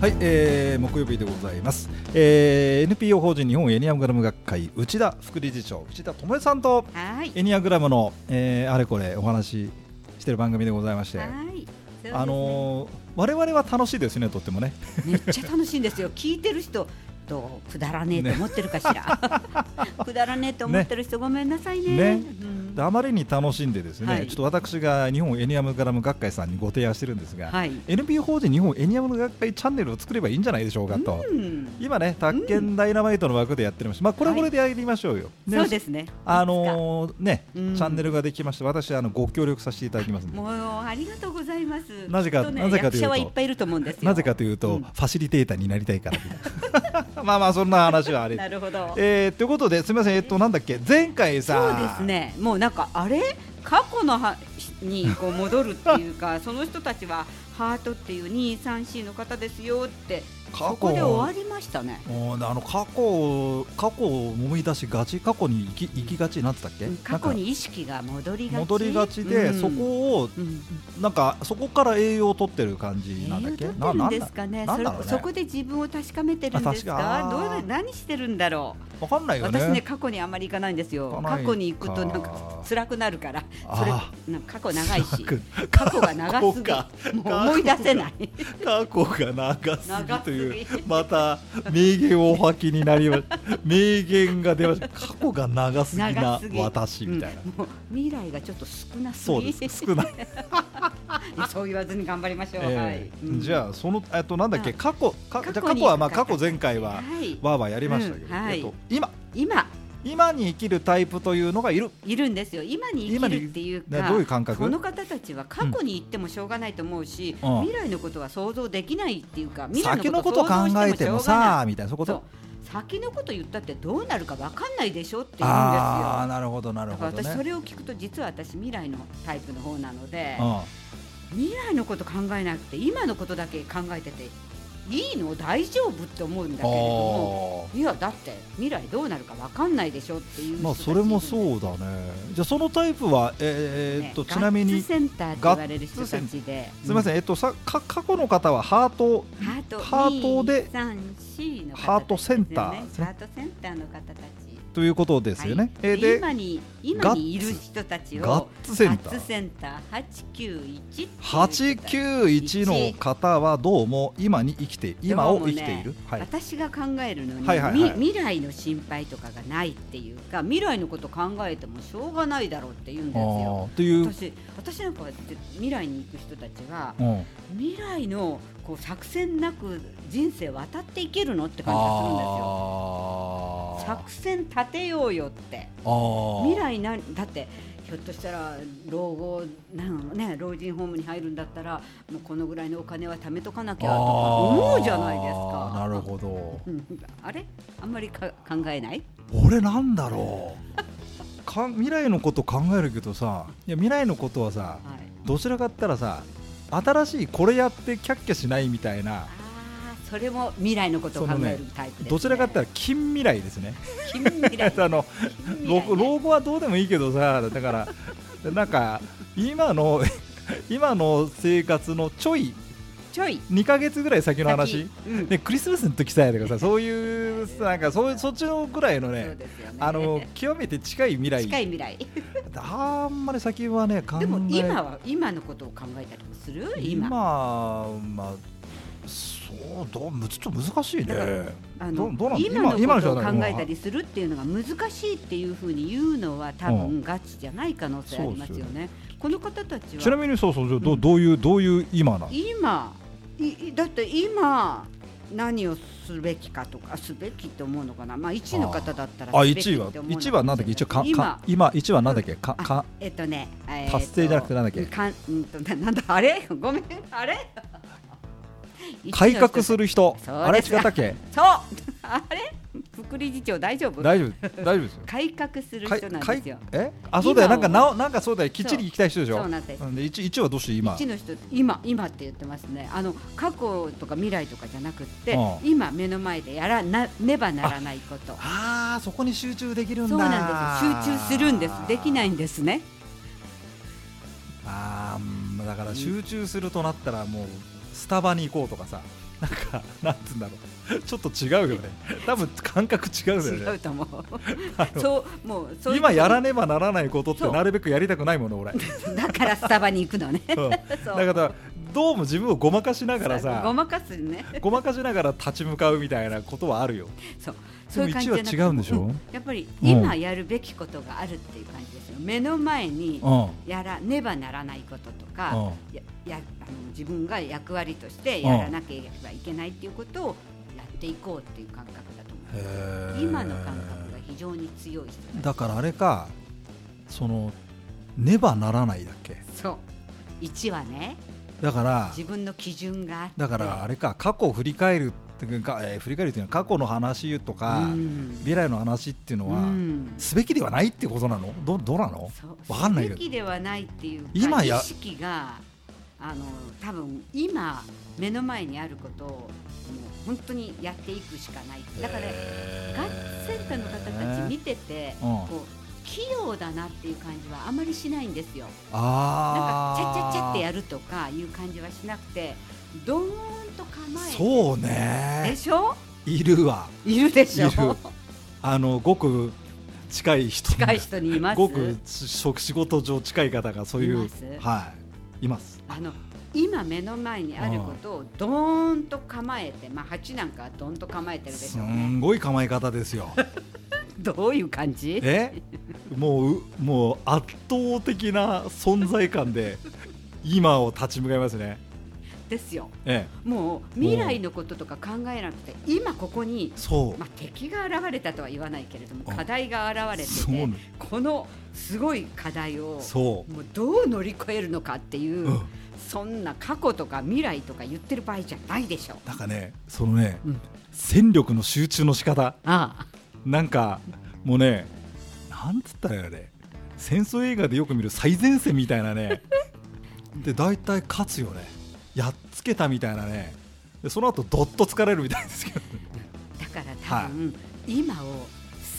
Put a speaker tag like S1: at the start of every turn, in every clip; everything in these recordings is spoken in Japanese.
S1: はい、えー、木曜日でございます、えー、NPO 法人日本エニアグラム学会内田副理事長内田智恵さんとエニアグラムの、えー、あれこれお話してる番組でございまして、はいね、あのー、我々は楽しいですねとってもね
S2: めっちゃ楽しいん ですよ聞いてる人とくだらねえと思ってるかしら、ね、 くだらねえと思ってる人、ごめんなさいね、ね
S1: うん、あまりに楽しんでですね、はい、ちょっと私が日本エニアムガラム学会さんにご提案してるんですが、はい、NPO 法人日本エニアム学会チャンネルを作ればいいんじゃないでしょうかと、うん、今ね宅建ダイナマイトの枠でやってました、まあこれはこれでやりましょうよ、
S2: はい、そうですね
S1: あのー、ね、うん、チャンネルができまして私あのご協力させていただきます
S2: もうありがとうございます
S1: なぜか、
S2: ね、
S1: なぜか
S2: というといっぱいいると思うんです
S1: なぜかというと、ファシリテーターになりたいからみたいな まあまあそんな話はあれ。
S2: なるほど。
S1: えー、ということですみませんえっとなんだっけ前回
S2: さ。そうですね。もうなんかあれ過去のはにこう戻るっていう かその人たちはハートっていう二三四の方ですよって。過去で終わりましたね。
S1: あの過去過去を思い出しがち過去に行き行きがちなんつったっけ？
S2: 過去に意識が戻りがち。
S1: 戻りがちで、うん、そこを、うん、なんかそこから栄養を取ってる感じなんだっけ？栄
S2: 養取ってるんですかね。それ、ね、そこで自分を確かめてるんですか？どう何してるんだろ
S1: う。わかんないよ
S2: ね。私ね過去にあまり行かないんですよ。過去に行くとなんか辛くなるから。それ過去長いし、過去が長すぎ、もう思い出せない。
S1: 過去が長すぎという。また名言をお吐きになりま 名言が出ました過去が長すぎな私みたいな、
S2: うん、未来がちょっと少なす
S1: ぎそう少ない
S2: そう言わずに頑張りましょう、え
S1: ーはい、じゃあそのえっとなんだっけ過去過去過去はまあ過去前回は、はい、わーわーやりましたけど、うんはい、えっと、今
S2: 今
S1: 今に生きるタイプというのがいる
S2: いるんですよ今に生きるっていうか
S1: どういう感覚
S2: この方たちは過去に行ってもしょうがないと思うし、うん、未来のことは想像できないっていうか未
S1: 来のこと考えてもさみたいなそういうこと
S2: 先のこと言ったってどうなるか分かんないでしょって言うんですよ。
S1: あなるほどなるほど、ね、
S2: 私それを聞くと実は私未来のタイプの方なので、うん、未来のこと考えなくて今のことだけ考えてていいの大丈夫って思うんだけれどもいやだって未来どうなるか分かんないでしょっていう
S1: まあそれもそうだねじゃあそのタイプはえー、っと、ね、ちなみに
S2: センターって言われる人たちで、
S1: うん、すみませんえっとさか過去の方はハート
S2: ハートで
S1: ハートセンター
S2: ハートセンターの方たち
S1: ということですよね。はい、え
S2: ー、今に今にいる人たちを
S1: ガッツセンター
S2: センター八九一
S1: 八九一の方はどうも今に生きて今を生きている、ね
S2: はい、私が考えるのに、はいはいはい、未来の心配とかがないっていうか未来のこと考えてもしょうがないだろうって言うんですよ。
S1: という
S2: 私私なんか未来に行く人たちは、うん、未来のこう作戦なく人生渡っていけるのって感じがするんですよ。作戦立てようよって未来なだってひょっとしたら老後なの、ね、老人ホームに入るんだったらもうこのぐらいのお金は貯めとかなきゃとか思うじゃないですか。
S1: なるほど
S2: あれあんまりか考えない
S1: 俺なんだろうか未来のこと考えるけどさいや未来のことはさ、はい、どちらかったらさ新しいこれやってキャッキャしないみたいな
S2: それも未来のことを考えるタイプ、ねね、
S1: どちらかって近未来ですね
S2: 近未来
S1: あの老後はどうでもいいけどさだからなんか今の 今の生活のちょい
S2: ちょい
S1: 2か月ぐらい先の話、うん、ね、クリスマスの時さえとかさそういうなんかそうそっちのぐらいのね、ね、あの極めて近い未来
S2: 近い未来
S1: あんまり先はね
S2: でも今は今のことを考えたりもする
S1: 今まあそうどうちょっと難しいね。
S2: あの今のことを考えたりするっていうのが難しいっていうふうに言うのは多分ガチじゃない可能性ありますよね。うん、よねこの方たちは
S1: ちなみにそうそう、うん、どどういうどういう今な
S2: 今いだって今何をすべきかとかすべきと思うのかな、まあ、1位の方だったら
S1: あ1位は1位はなんだっけ一応か今今1位はなんだっけ、うん、かか
S2: えっとね、え
S1: ー、達成じゃなくてなんだっけ
S2: かんとなんだあれ ごめんあれ
S1: 改革する人、あれ違ったっ け？
S2: そう、あれ 副理事長大丈夫？
S1: 大丈夫、大丈夫ですよ。
S2: 改革する人なんですよ。
S1: え？あ、そうだよ。なんかななんかそうだよ。きっちり行きたい人でしょ。そうなんです。で一一はどうして今？
S2: 一の人今今って言ってますね。あの過去とか未来とかじゃなくて、うん、今目の前でやらなねばならないこと。
S1: ああそこに集中できるんだ。そう
S2: なんです。集中するんです。できないんですね。
S1: ああだから集中するとなったらもう。スタバに行こうとかさなんかなんつうんだろうちょっと違うよね多分感覚違うよね
S2: 違うと思う そうもうそういう
S1: 今やらねばならないことってなるべくやりたくないもの俺
S2: だからスタバに行くのね
S1: うん
S2: そう
S1: だからどうも自分をごまかしながらさ
S2: ごまかすね
S1: ごまかしながら立ち向かうみたいなことはあるよ
S2: そう
S1: で
S2: そう
S1: も
S2: いう感じ
S1: 一
S2: じゃなくて
S1: は違うんでしょ
S2: んやっぱり今やるべきことがあるっていう感じですよ目の前に
S1: うん
S2: やらねばならないこととか、
S1: うん
S2: ややあの自分が役割としてやらなければいけないっていうことをやっていこうっていう感覚だと思います
S1: へー
S2: 今の感覚が非常に強い人たち
S1: だからあれかそのねばならないだっけ
S2: そう1はね
S1: だから
S2: 自分の基準があって
S1: だからあれか過去を振り返るっていうか、えー振り返るっていうのは過去の話とか、
S2: うん
S1: 未来の話っていうのは、
S2: うん
S1: すべきではないってことなのどどうなの
S2: そう
S1: わかんないけ
S2: す
S1: ど
S2: べきではないっていうか
S1: 今や
S2: 意識があの多分今目の前にあることをもう本当にやっていくしかないだからガッツセンターの方たち見てて、
S1: うん
S2: こう器用だなっていう感じはあまりしないんですよなん
S1: あ
S2: かチャッチャッチャってや
S1: る
S2: るとかいう感じはしなくてドーンと構えて
S1: そう
S2: で
S1: ね
S2: しょ
S1: いるわ
S2: いるで
S1: い
S2: し
S1: る
S2: ょ
S1: あのごく近い人
S2: 近い人にいます
S1: ごく職仕事上近い方がそういう
S2: います
S1: はいいます
S2: あの今目の前にあることをドーンと構えて、まあ、鉢なんかはドーンと構えてるですしょうね
S1: んごい構え方です よ
S2: どういう感じ
S1: えもううもう圧倒的な存在感で今を立ち向かいますね
S2: ですよ
S1: え
S2: もう未来のこととか考えなくて今ここに
S1: え、そう、
S2: まあ、敵が現れたとは言わないけれども
S1: あ
S2: 課題が現れて
S1: そう
S2: て
S1: ね
S2: このすごい課題を
S1: そう、
S2: もうどう乗り越えるのかっていう、
S1: うん、
S2: そんな過去とか未来とか言ってる場合じゃないでしょ
S1: なんかねそのね、
S2: うん
S1: 戦力の集中の仕方
S2: あ
S1: なんかもうねなんつったらいいのあれ戦争映画でよく見る最前線みたいな ねで大体勝つよねやっつけたみたいなねでその後どっと疲れるみたいですけど
S2: だから多分、今を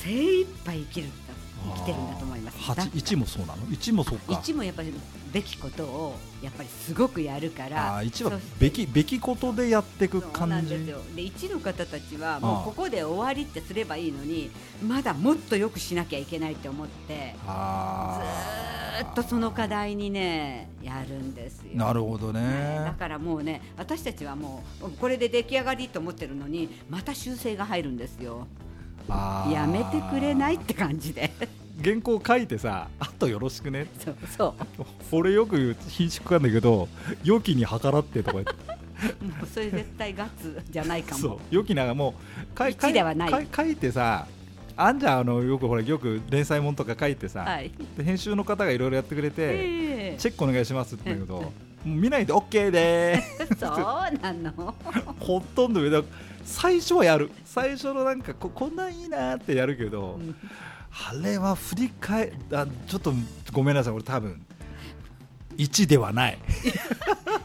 S2: 精一杯生きるんだ生きてるんだと思います
S1: あー
S2: だ
S1: 八一もそうなの一もそうか
S2: 一もやっぱりべきことをやっぱりすごくやるから
S1: あー一は
S2: そして
S1: べきべきことでやっていく
S2: そうな
S1: 感
S2: ん
S1: じ
S2: ですよで一の方たちはも
S1: ああ
S2: うここで終わりってすればいいのにまだもっとよくしなきゃいけないって思って
S1: あ
S2: ず
S1: ー
S2: っとその課題にねやるんですよ。
S1: なるほどね、
S2: はいだからもうね私たちはもうこれで出来上がりと思ってるのにまた修正が入るんですよ
S1: あー
S2: やめてくれないって感じで
S1: 原稿書いてさあとよろしくね
S2: そうそう
S1: 俺よく言う品種なんだけど良きに計らってとか言って
S2: もうそれ絶対ガッツじゃないか
S1: そう
S2: も
S1: 良きながもうかいかい
S2: 一ではない
S1: かい書いてさあんじゃんあのよくほらよく連載もんとか書いてさ、
S2: はい
S1: で編集の方がいろいろやってくれて、
S2: ええ
S1: チェックお願いしますって言うんだけど、もう見ないで OK でーす
S2: そう なの
S1: ほとんど上だ最初はやる最初のなんかここんなんいいなーってやるけど、
S2: うん
S1: あれは振り返あちょっとごめんなさい俺多分1ではない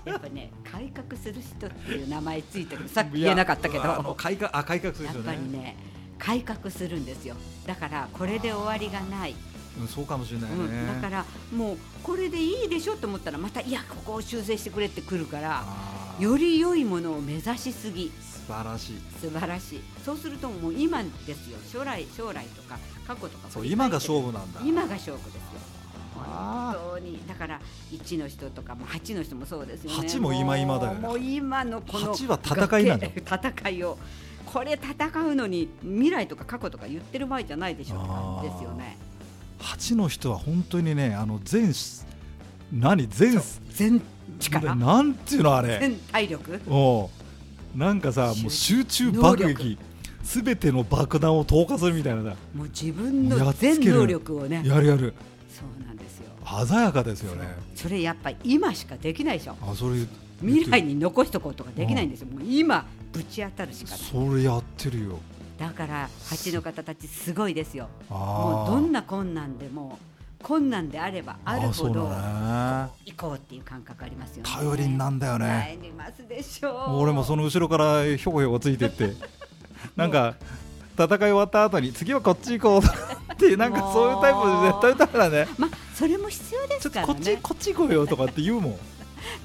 S2: やっぱね改革する人っていう名前ついてるさっき言えなかったけど
S1: いやあ
S2: や
S1: の改革あ改革する人
S2: っ
S1: ね
S2: ぱりね改革するんですよだからこれで終わりがない、
S1: うん、そうかもしれないね、
S2: うん、だかららもうこれでいいでしょと思ったらまたいやここを修正してくれってくるからより良いものを目指しすぎ
S1: 素晴らしい
S2: 素晴らしいそうするともう今ですよ将来将来とか過去とか
S1: そう今が勝負なんだ
S2: 今が勝負ですよ
S1: あー
S2: 本当にだから1の人とかも8の人もそうですよね
S1: 8も今今だよね
S2: もうもう今のこの
S1: 8は戦いなんだ
S2: 崖戦いをこれ戦うのに未来とか過去とか言ってる場合じゃないでしょうって感じですよね
S1: 8の人は本当にねあの全何全
S2: 全力
S1: なんていうのあれ
S2: 全体力
S1: おうなんかさ
S2: 集
S1: もう集中爆
S2: 能
S1: 撃
S2: 力
S1: すべての爆弾を投下するみたいなさ
S2: もう自分
S1: や
S2: の
S1: っつける
S2: 全能力をね
S1: やるやる
S2: そうなんですよ
S1: 鮮やかですよね
S2: それやっぱ今しかできないでしょ
S1: あそれ
S2: 未来に残しとこうとかできないんですよもう今ぶち当たるしかない
S1: それやってるよ
S2: だから蜂の方たちすごいですよ
S1: あ
S2: もう
S1: ー
S2: どんな困難でも困難であればあ
S1: あ
S2: るほ
S1: そう
S2: ど
S1: だね
S2: 行こうっていう感覚ありますよね
S1: 頼りになんだよね
S2: 頼りますでしょう
S1: 俺もそ
S2: の
S1: の後ろからひょこひょこついてって なんか戦い終わった後に次はこっち行こうってなんかそういうタイプで絶対ダメだね
S2: まあそれも必要
S1: ち
S2: で
S1: ょ
S2: す
S1: っ
S2: か
S1: と
S2: ら
S1: こ
S2: ね
S1: っちこっち行こうよとかって言うもん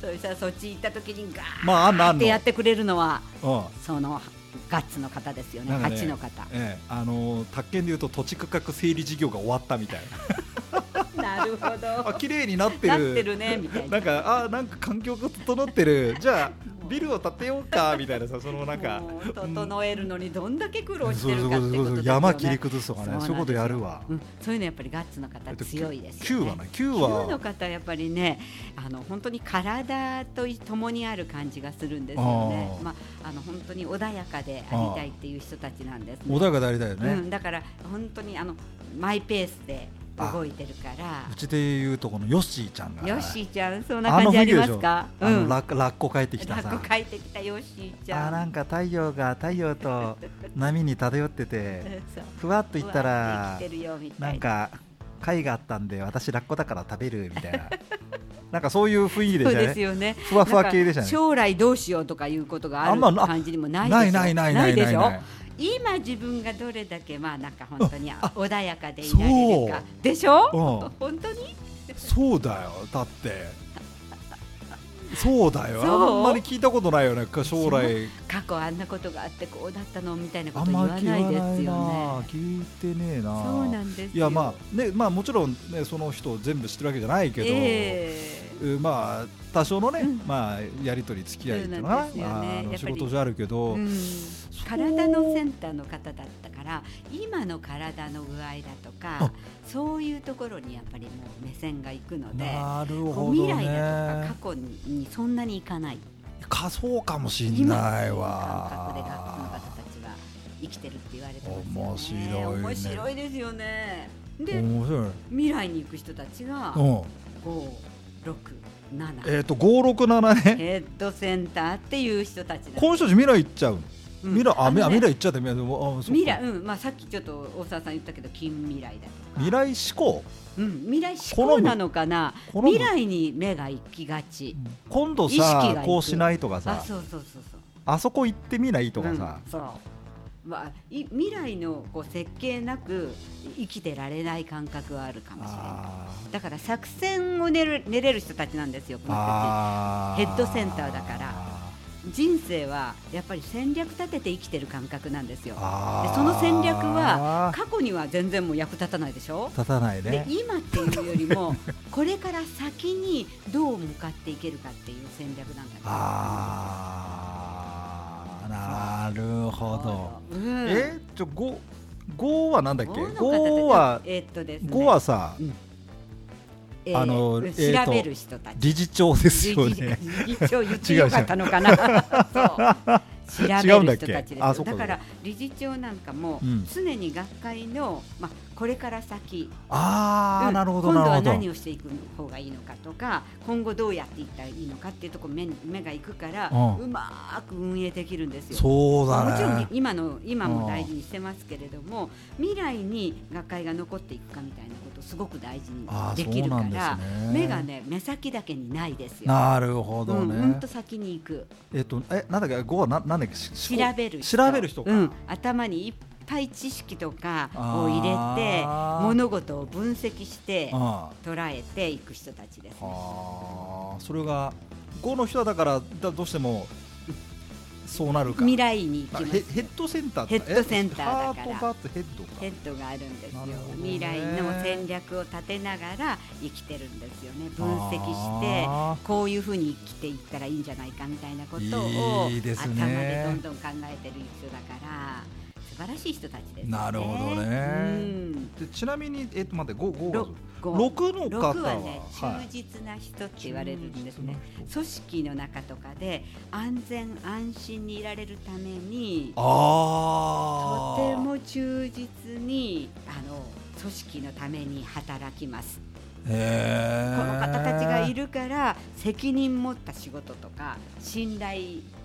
S2: そしたらそっち行った時にガーってやってくれるのは、まあ、そのガッツの方ですよね、ね8の方、
S1: ええ、あの宅建でいうと土地区画整理事業が終わったみたい
S2: ななるほど
S1: あ綺麗になって
S2: るなってるねみたい
S1: ななんかあなんか環境が整ってるじゃあビルを建てようかみたいなさそのなんか
S2: 整えるのにどんだけ苦労してるかってこと、ね、
S1: 山切り崩すとかねそういうことやるわ、
S2: うん、そういうのやっぱりガッツの方強いです
S1: よ、ね、9はね9は
S2: 9の方やっぱりねあの本当に体とともにある感じがするんですよねまああの本当に穏やかでありたいっていう人たちなんです、
S1: ね、穏やかでありたいよね、
S2: うん、だから本当にあのマイペースで動いてるから
S1: うちでいうとこのヨッシーちゃんが
S2: ヨッシーちゃんそんな感じありますか
S1: あのラッコ帰ってきた
S2: さラッコ帰ってきたヨッシーちゃ
S1: んあなんか太陽が太陽と波に漂っててふわっといったらなんか貝があったんで私ラッコだから食べるみたいな なんかそういう雰囲気でしたね。
S2: すよね。
S1: ふわふわ系でしたね。
S2: 将来どうしようとかいうことがある感じにもないでしょ。ない
S1: ないないない
S2: でしょ。今自分がどれだけまあなんか本当に穏やかでいられるかでしょ。うん、本当に。
S1: そうだよ。だって。そうだよ。あんまり聞いたことないよね。将来。
S2: 過去あんなことがあってこうだったのみたいなこと言わないですよね。
S1: 聞いてねえな。
S2: そうなんです
S1: いやまあねまあもちろんねその人全部知ってるわけじゃないけど。えーまあ多少のね、うん、まあやり取り付き合いというのかな、ねまあ、仕事上あるけど、うん、
S2: 体のセンターの方だったから今の体の具合だとかそういうところにやっぱりもう目線がいくので
S1: なるほど、ね、
S2: 未来だとか過去にそんなにいかない
S1: かそうかもしれないわ
S2: 生きてるって言われて、ね、
S1: 面白い、ね、
S2: 面白いですよねで未来に行く人たちがこう六七。
S1: えっと五六七ね。
S2: ヘッドセンターっていう人たち。
S1: この人たち未来行っちゃう。うん、未来あ、ね、未来行っちゃって未来
S2: あ未来うんまあさっきちょっと大沢さん言ったけど近未来だとか。
S1: 未来志向。
S2: うん未来志向なのかな。未来に目が行きがち。
S1: 今度さこうしないとかさ。
S2: あそうそうそうそう。
S1: あそこ行ってみないとかさ。
S2: うん、そう。まあ、い未来のこう設計なく生きてられない感覚はあるかもしれないだから作戦を練る練れる人たちなんですよこの人たちヘッドセンターだから人生はやっぱり戦略立てて生きてる感覚なんですよでその戦略は過去には全然もう役立たないでしょ
S1: 立たないね
S2: で今っていうよりも これから先にどう向かっていけるかっていう戦略なんだ
S1: あなるほど。うん、え、ちょ、五、五はなんだっけ。五は、
S2: えっとです、
S1: ね。五はさ。うん
S2: えー、あの、えー、調べる人たち。
S1: 理事長ですよね。
S2: 理事長言ってよかったのかな。調べる人たちですだから理事長なんかも常に学会の、まあ、これから先
S1: あ、うん、なるほど
S2: 今度は何をしていく方がいいのかとか今後どうやっていったらいいのかっていうところ目目がいくから、うん、うまく運営できるんですよ。
S1: そうだ、ね、
S2: もちろん今の今も大事にしてますけれども、うん、未来に学会が残っていくかみたいなことすごく大事にできるから、ね、目がね目先だけにないですよ。
S1: なるほどね。
S2: うん、と先に行く。
S1: えっとえなんだっけ五はななんだっけ
S2: 調べる
S1: 調べる人
S2: うん、頭に一ぱい知識とかを入れて物事を分析して捉えていく人たちです、ね、
S1: あそれが5の人はだからだどうしてもそうなるか
S2: 未来に行きますヘ
S1: ッドセンター
S2: ヘッドセンターだから
S1: ヘッド
S2: ヘッドがあるんですよ、未来の戦略を立てながら生きてるんですよね分析してこういうふうに生きていったらいいんじゃないかみたいなことを
S1: いい、ね、
S2: 頭でどんどん考えてる人だから。素晴らしい人たちです、ね、
S1: なるほどね。でちなみにえっと待って五五六の方
S2: ははね忠実な人って言われるんですね。組織の中とかで安全安心にいられるために
S1: あ
S2: とても忠実にあの組織のために働きます。
S1: この
S2: 方たちがいるから責任持った仕事とか信頼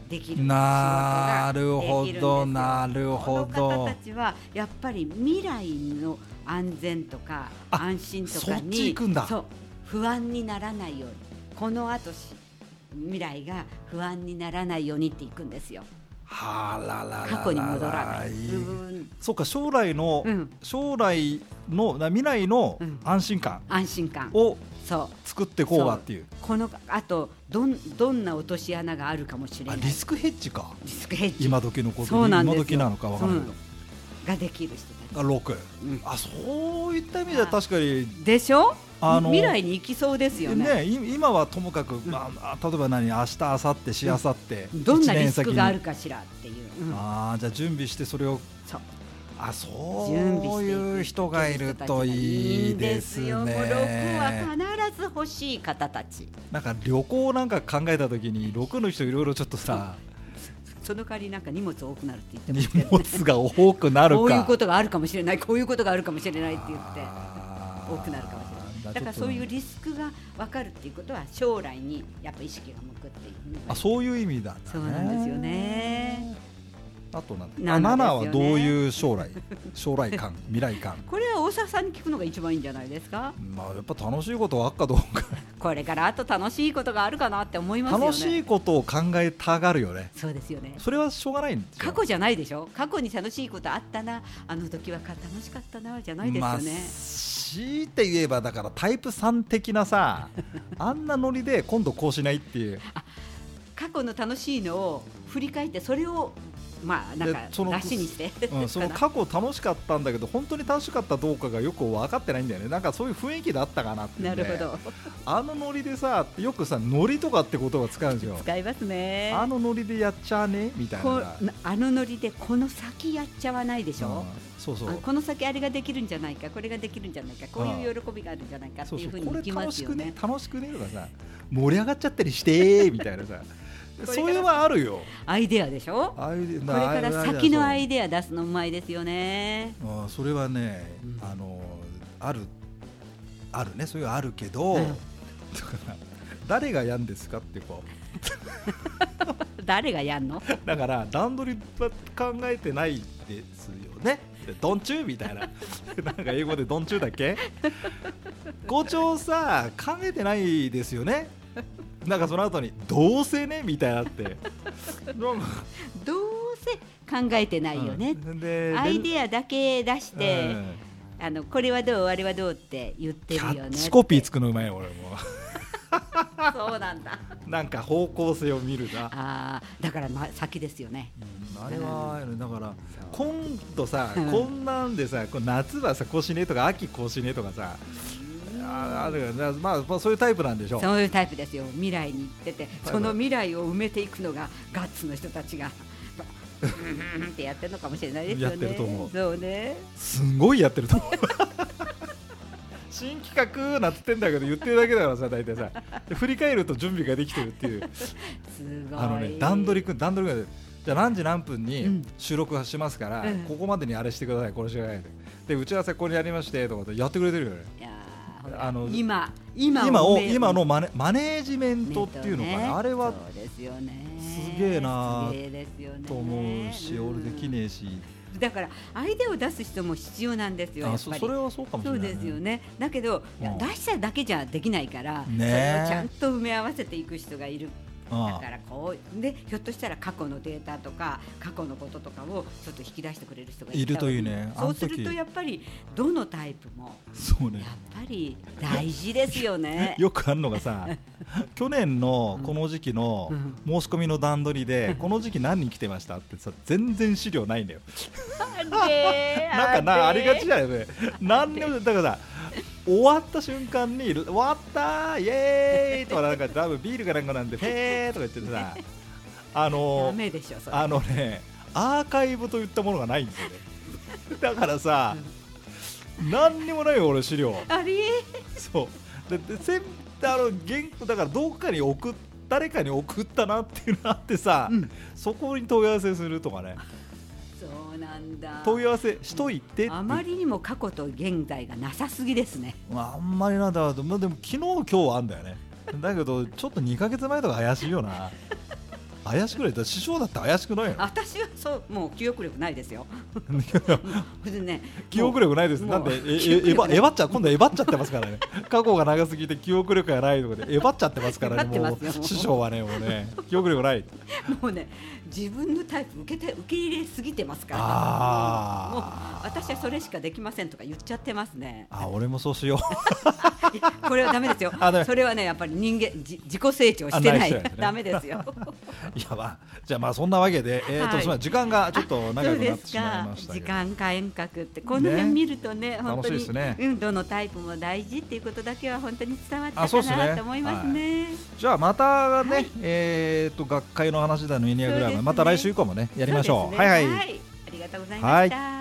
S2: できる
S1: なるほどなるほど
S2: 方たちはやっぱり未来の安全とか安心とかに不安にならないようにこの後未来が不安にならないようにっていくんですよ。
S1: はらら
S2: 過去に戻らない。
S1: そうか将来の、
S2: うん
S1: 将来のな未来の
S2: うん
S1: 安心感
S2: 安心感。
S1: を
S2: そう。
S1: 作ってこうはっていう
S2: このあとどんどんな落とし穴があるかもしれな
S1: あ
S2: い。
S1: リスクヘッジか
S2: リスクヘッジ
S1: 今時のこと
S2: そうなん
S1: 今
S2: です
S1: 時
S2: よ
S1: なのかわからないけど、
S2: ができる人たち。
S1: あ六
S2: うん
S1: あそういった意味では確かに
S2: でしょ？
S1: あの
S2: 未来に行きそうですよね。
S1: ねい今はともかく、まああ、例えば何明日明後日し明後日
S2: どんな
S1: 一
S2: リ
S1: 年
S2: ス
S1: 先
S2: ク
S1: に
S2: があるかしらっていう。うん
S1: あーじゃあ準備してそれを
S2: そう。
S1: あそ
S2: 準備
S1: う
S2: してい
S1: いう人がいるといいです
S2: いいんですよもう
S1: ね
S2: 六は必ず欲しい方たち。
S1: なんか旅行なんか考えた時に6の人いろいろちょっとさ
S2: その代わりなんか荷物多くなるって言ってま
S1: 荷
S2: すけどね。
S1: 物が多くなるか
S2: こういうことがあるかもしれない、こういうことがあるかもしれないって言って。
S1: あー
S2: 多くなるかもしれない。だ
S1: ち
S2: から
S1: ょっと
S2: そういうリスクが分かるっていうことは将来にやっぱ意識が向くっていうのが
S1: あそういう意味だ、ね、
S2: そうなんですよね。
S1: あとなんだ
S2: な
S1: あ
S2: ん
S1: 7は
S2: ですよね
S1: どういう将来将来 感未来感
S2: これは大沢さんに聞くのが一番いいんじゃないですか。
S1: まあやっぱ楽しいことはあっか どうか
S2: これからあと楽しいことがあるかなって思いますよね。
S1: 楽しいことを考えたがるよね
S2: そうですよね。
S1: それはしょうがないんですよ
S2: 過去じゃないでしょ。過去に楽しいことあったな、あの時はか楽しかったなじゃないです
S1: ま
S2: よ
S1: あ
S2: ね。
S1: 強いて言えばだからタイプ3的な さあんなノリで今度こうしないっていう
S2: 過去の楽しいのを振り返ってそれをまあなんか
S1: でその
S2: なしにして。
S1: うん、その過去楽しかったんだけど本当に楽しかったどうかがよく分かってないんだよねなんかそういう雰囲気だったかなってい
S2: な
S1: うんで
S2: るほど。
S1: あのノリでさよくさノリとかって言葉使うんですよ
S2: 使いますね。
S1: あのノリでやっちゃねみたい
S2: こ
S1: なさ
S2: なあのノリでこの先やっちゃわないでし
S1: うん
S2: ょ、
S1: そうそう
S2: あこの先あれができるんじゃないかこれができるんじゃないかこういう喜びがあるんじゃないかって
S1: そう
S2: いう
S1: そ
S2: ふう
S1: う
S2: に
S1: こ
S2: い
S1: れ
S2: きま
S1: 楽
S2: す
S1: し
S2: よ
S1: くね
S2: ね
S1: 楽しくねとかさ盛り上がっちゃったりしてみたい なさ
S2: から
S1: そういうのはあるよ
S2: アイデアでしょ
S1: ああいう
S2: これから先のア
S1: イ
S2: イデア出すのうまいですよね
S1: あーそれはね、
S2: うん
S1: あのあるあるねそういうあるけど、
S2: うん
S1: だから誰がやんですかってこ
S2: 誰がやんの
S1: うだから段取りは考えてないですよねでドンチューみたい ななんか英語でドンチューだっけ校長さ考えてないですよねなんかその後にどうせねみたいなってなんか
S2: どうせ考えてないよね、
S1: うんで
S2: アイデアだけ出して、
S1: うん
S2: あのこれはどうあれはどうって言って
S1: キ
S2: るよ
S1: ャ
S2: ね
S1: ッチコピー作るのうまいよ俺も
S2: そうなんだ
S1: なんか方向性を見るな
S2: あーだから、ま、先ですよね
S1: うんあれは、だから
S2: そう
S1: 今度さ、
S2: うん
S1: こんなんでさこう夏はさこうしねえとか秋こうしねえとかさ、ああるよねまあ、まあ、そういうタイプなんでしょう
S2: そういうタイプですよ未来に行ってて
S1: プ
S2: その未来を埋めていくのがガッツの人たちがうんってやってるのかもしれないですよね
S1: やってると思う
S2: そうね
S1: すんごいやってると思う新企画なってんだけど言ってるだけだからさ大体さで振り返ると準備ができてるっていう
S2: すごい
S1: あのね段取りくん段取りくんでじゃあ何時何分
S2: う
S1: に
S2: ん
S1: 収録はしますから、
S2: うん
S1: ここまでにあれしてくださいこれしてくださいってで打ち合わせこれやりましてとかってやってくれてるよね
S2: いやーほら
S1: あの
S2: 今今
S1: 今を
S2: 埋め
S1: 今のマネマネージメン
S2: ね
S1: トっていうのかな、あれは
S2: そうですよね
S1: すげえなー
S2: すげえですよね
S1: と思うし、
S2: うん
S1: 俺できねえし、
S2: だからアイデアを出す人も必要なんですよや
S1: あ
S2: っぱ
S1: そ
S2: り
S1: それはそうかもしれ
S2: そ
S1: な
S2: う
S1: い、
S2: ですよね。だけど、いや
S1: うん
S2: 出しただけじゃできないから、
S1: ねえ
S2: それをちゃんと埋め合わせていく人がいる。
S1: あ
S2: だからこうでひょっとしたら過去のデータとか過去のこととかをちょっと引き出してくれる人がい
S1: いるといいね
S2: そうす
S1: あ
S2: る
S1: の
S2: と
S1: 時
S2: やっぱりどのタイプも
S1: そう
S2: やっ
S1: ね。
S2: ぱり大事ですよね
S1: よくあるのがさ去年のこの時期の
S2: うん
S1: 申し込みの段取りで、この時期何人来てましたってさ全然資料ないんだよ
S2: あれ
S1: なんかなありがち
S2: ゃ
S1: じゃないよね何でもだからさ終わった瞬間に終わったイエーイとかなんか多分ビールかなんかなんでフェーとか言ってさあの
S2: ダメでしょそれ。
S1: あのね、アーカイブといったものがないんです よね。だからさ、何にもないよ、俺、資料。
S2: ありえ
S1: そう。で、で全あの原稿、だからどっかに送っ誰かに送ったなっていうのあってさ、
S2: うん
S1: そこに問い合わせするとかね、
S2: そうなんだ。
S1: 問い合わせしといてって
S2: あまりにも過去と現在がなさすぎですね。
S1: まあ、あんまりなんだ、まあ、でも昨日、今日はあんだよね。だけど、ちょっと2ヶ月前とか怪しいよな。怪しくないだ師匠だって怪しくないよ
S2: 私はそうもう記憶力ないですよ ね、
S1: 記憶力ないですなん でええばえばっちゃ今度えばっちゃってますからね 過去が長すぎて記憶力がないとかでえばっちゃってますからねもう 師匠はねもうね記憶力ない
S2: もうね自分のタイプ受けて受け入れすぎてますからあもう私はそれしかできませんとか言っちゃってますね
S1: あ俺もそうしよ
S2: うこれはダメ ですよそれはねやっぱり人間自己成長してないないダメですよ
S1: い やまあじゃあまあそんなわけで、えーと、はい、時間がちょっと長くなってしまいました
S2: 時間か遠隔ってこの辺見るとね、ね、本当に、
S1: ね、
S2: うん、どのタイプも大事っていうことだけは本当に伝わったかな、ね、と思いますね、はい、
S1: じゃあまたね、はい、えっ、ー、と学会の話だのエニアグラム、また来週以降もねやりましょう、
S2: はいはい、はい、ありがとうございました、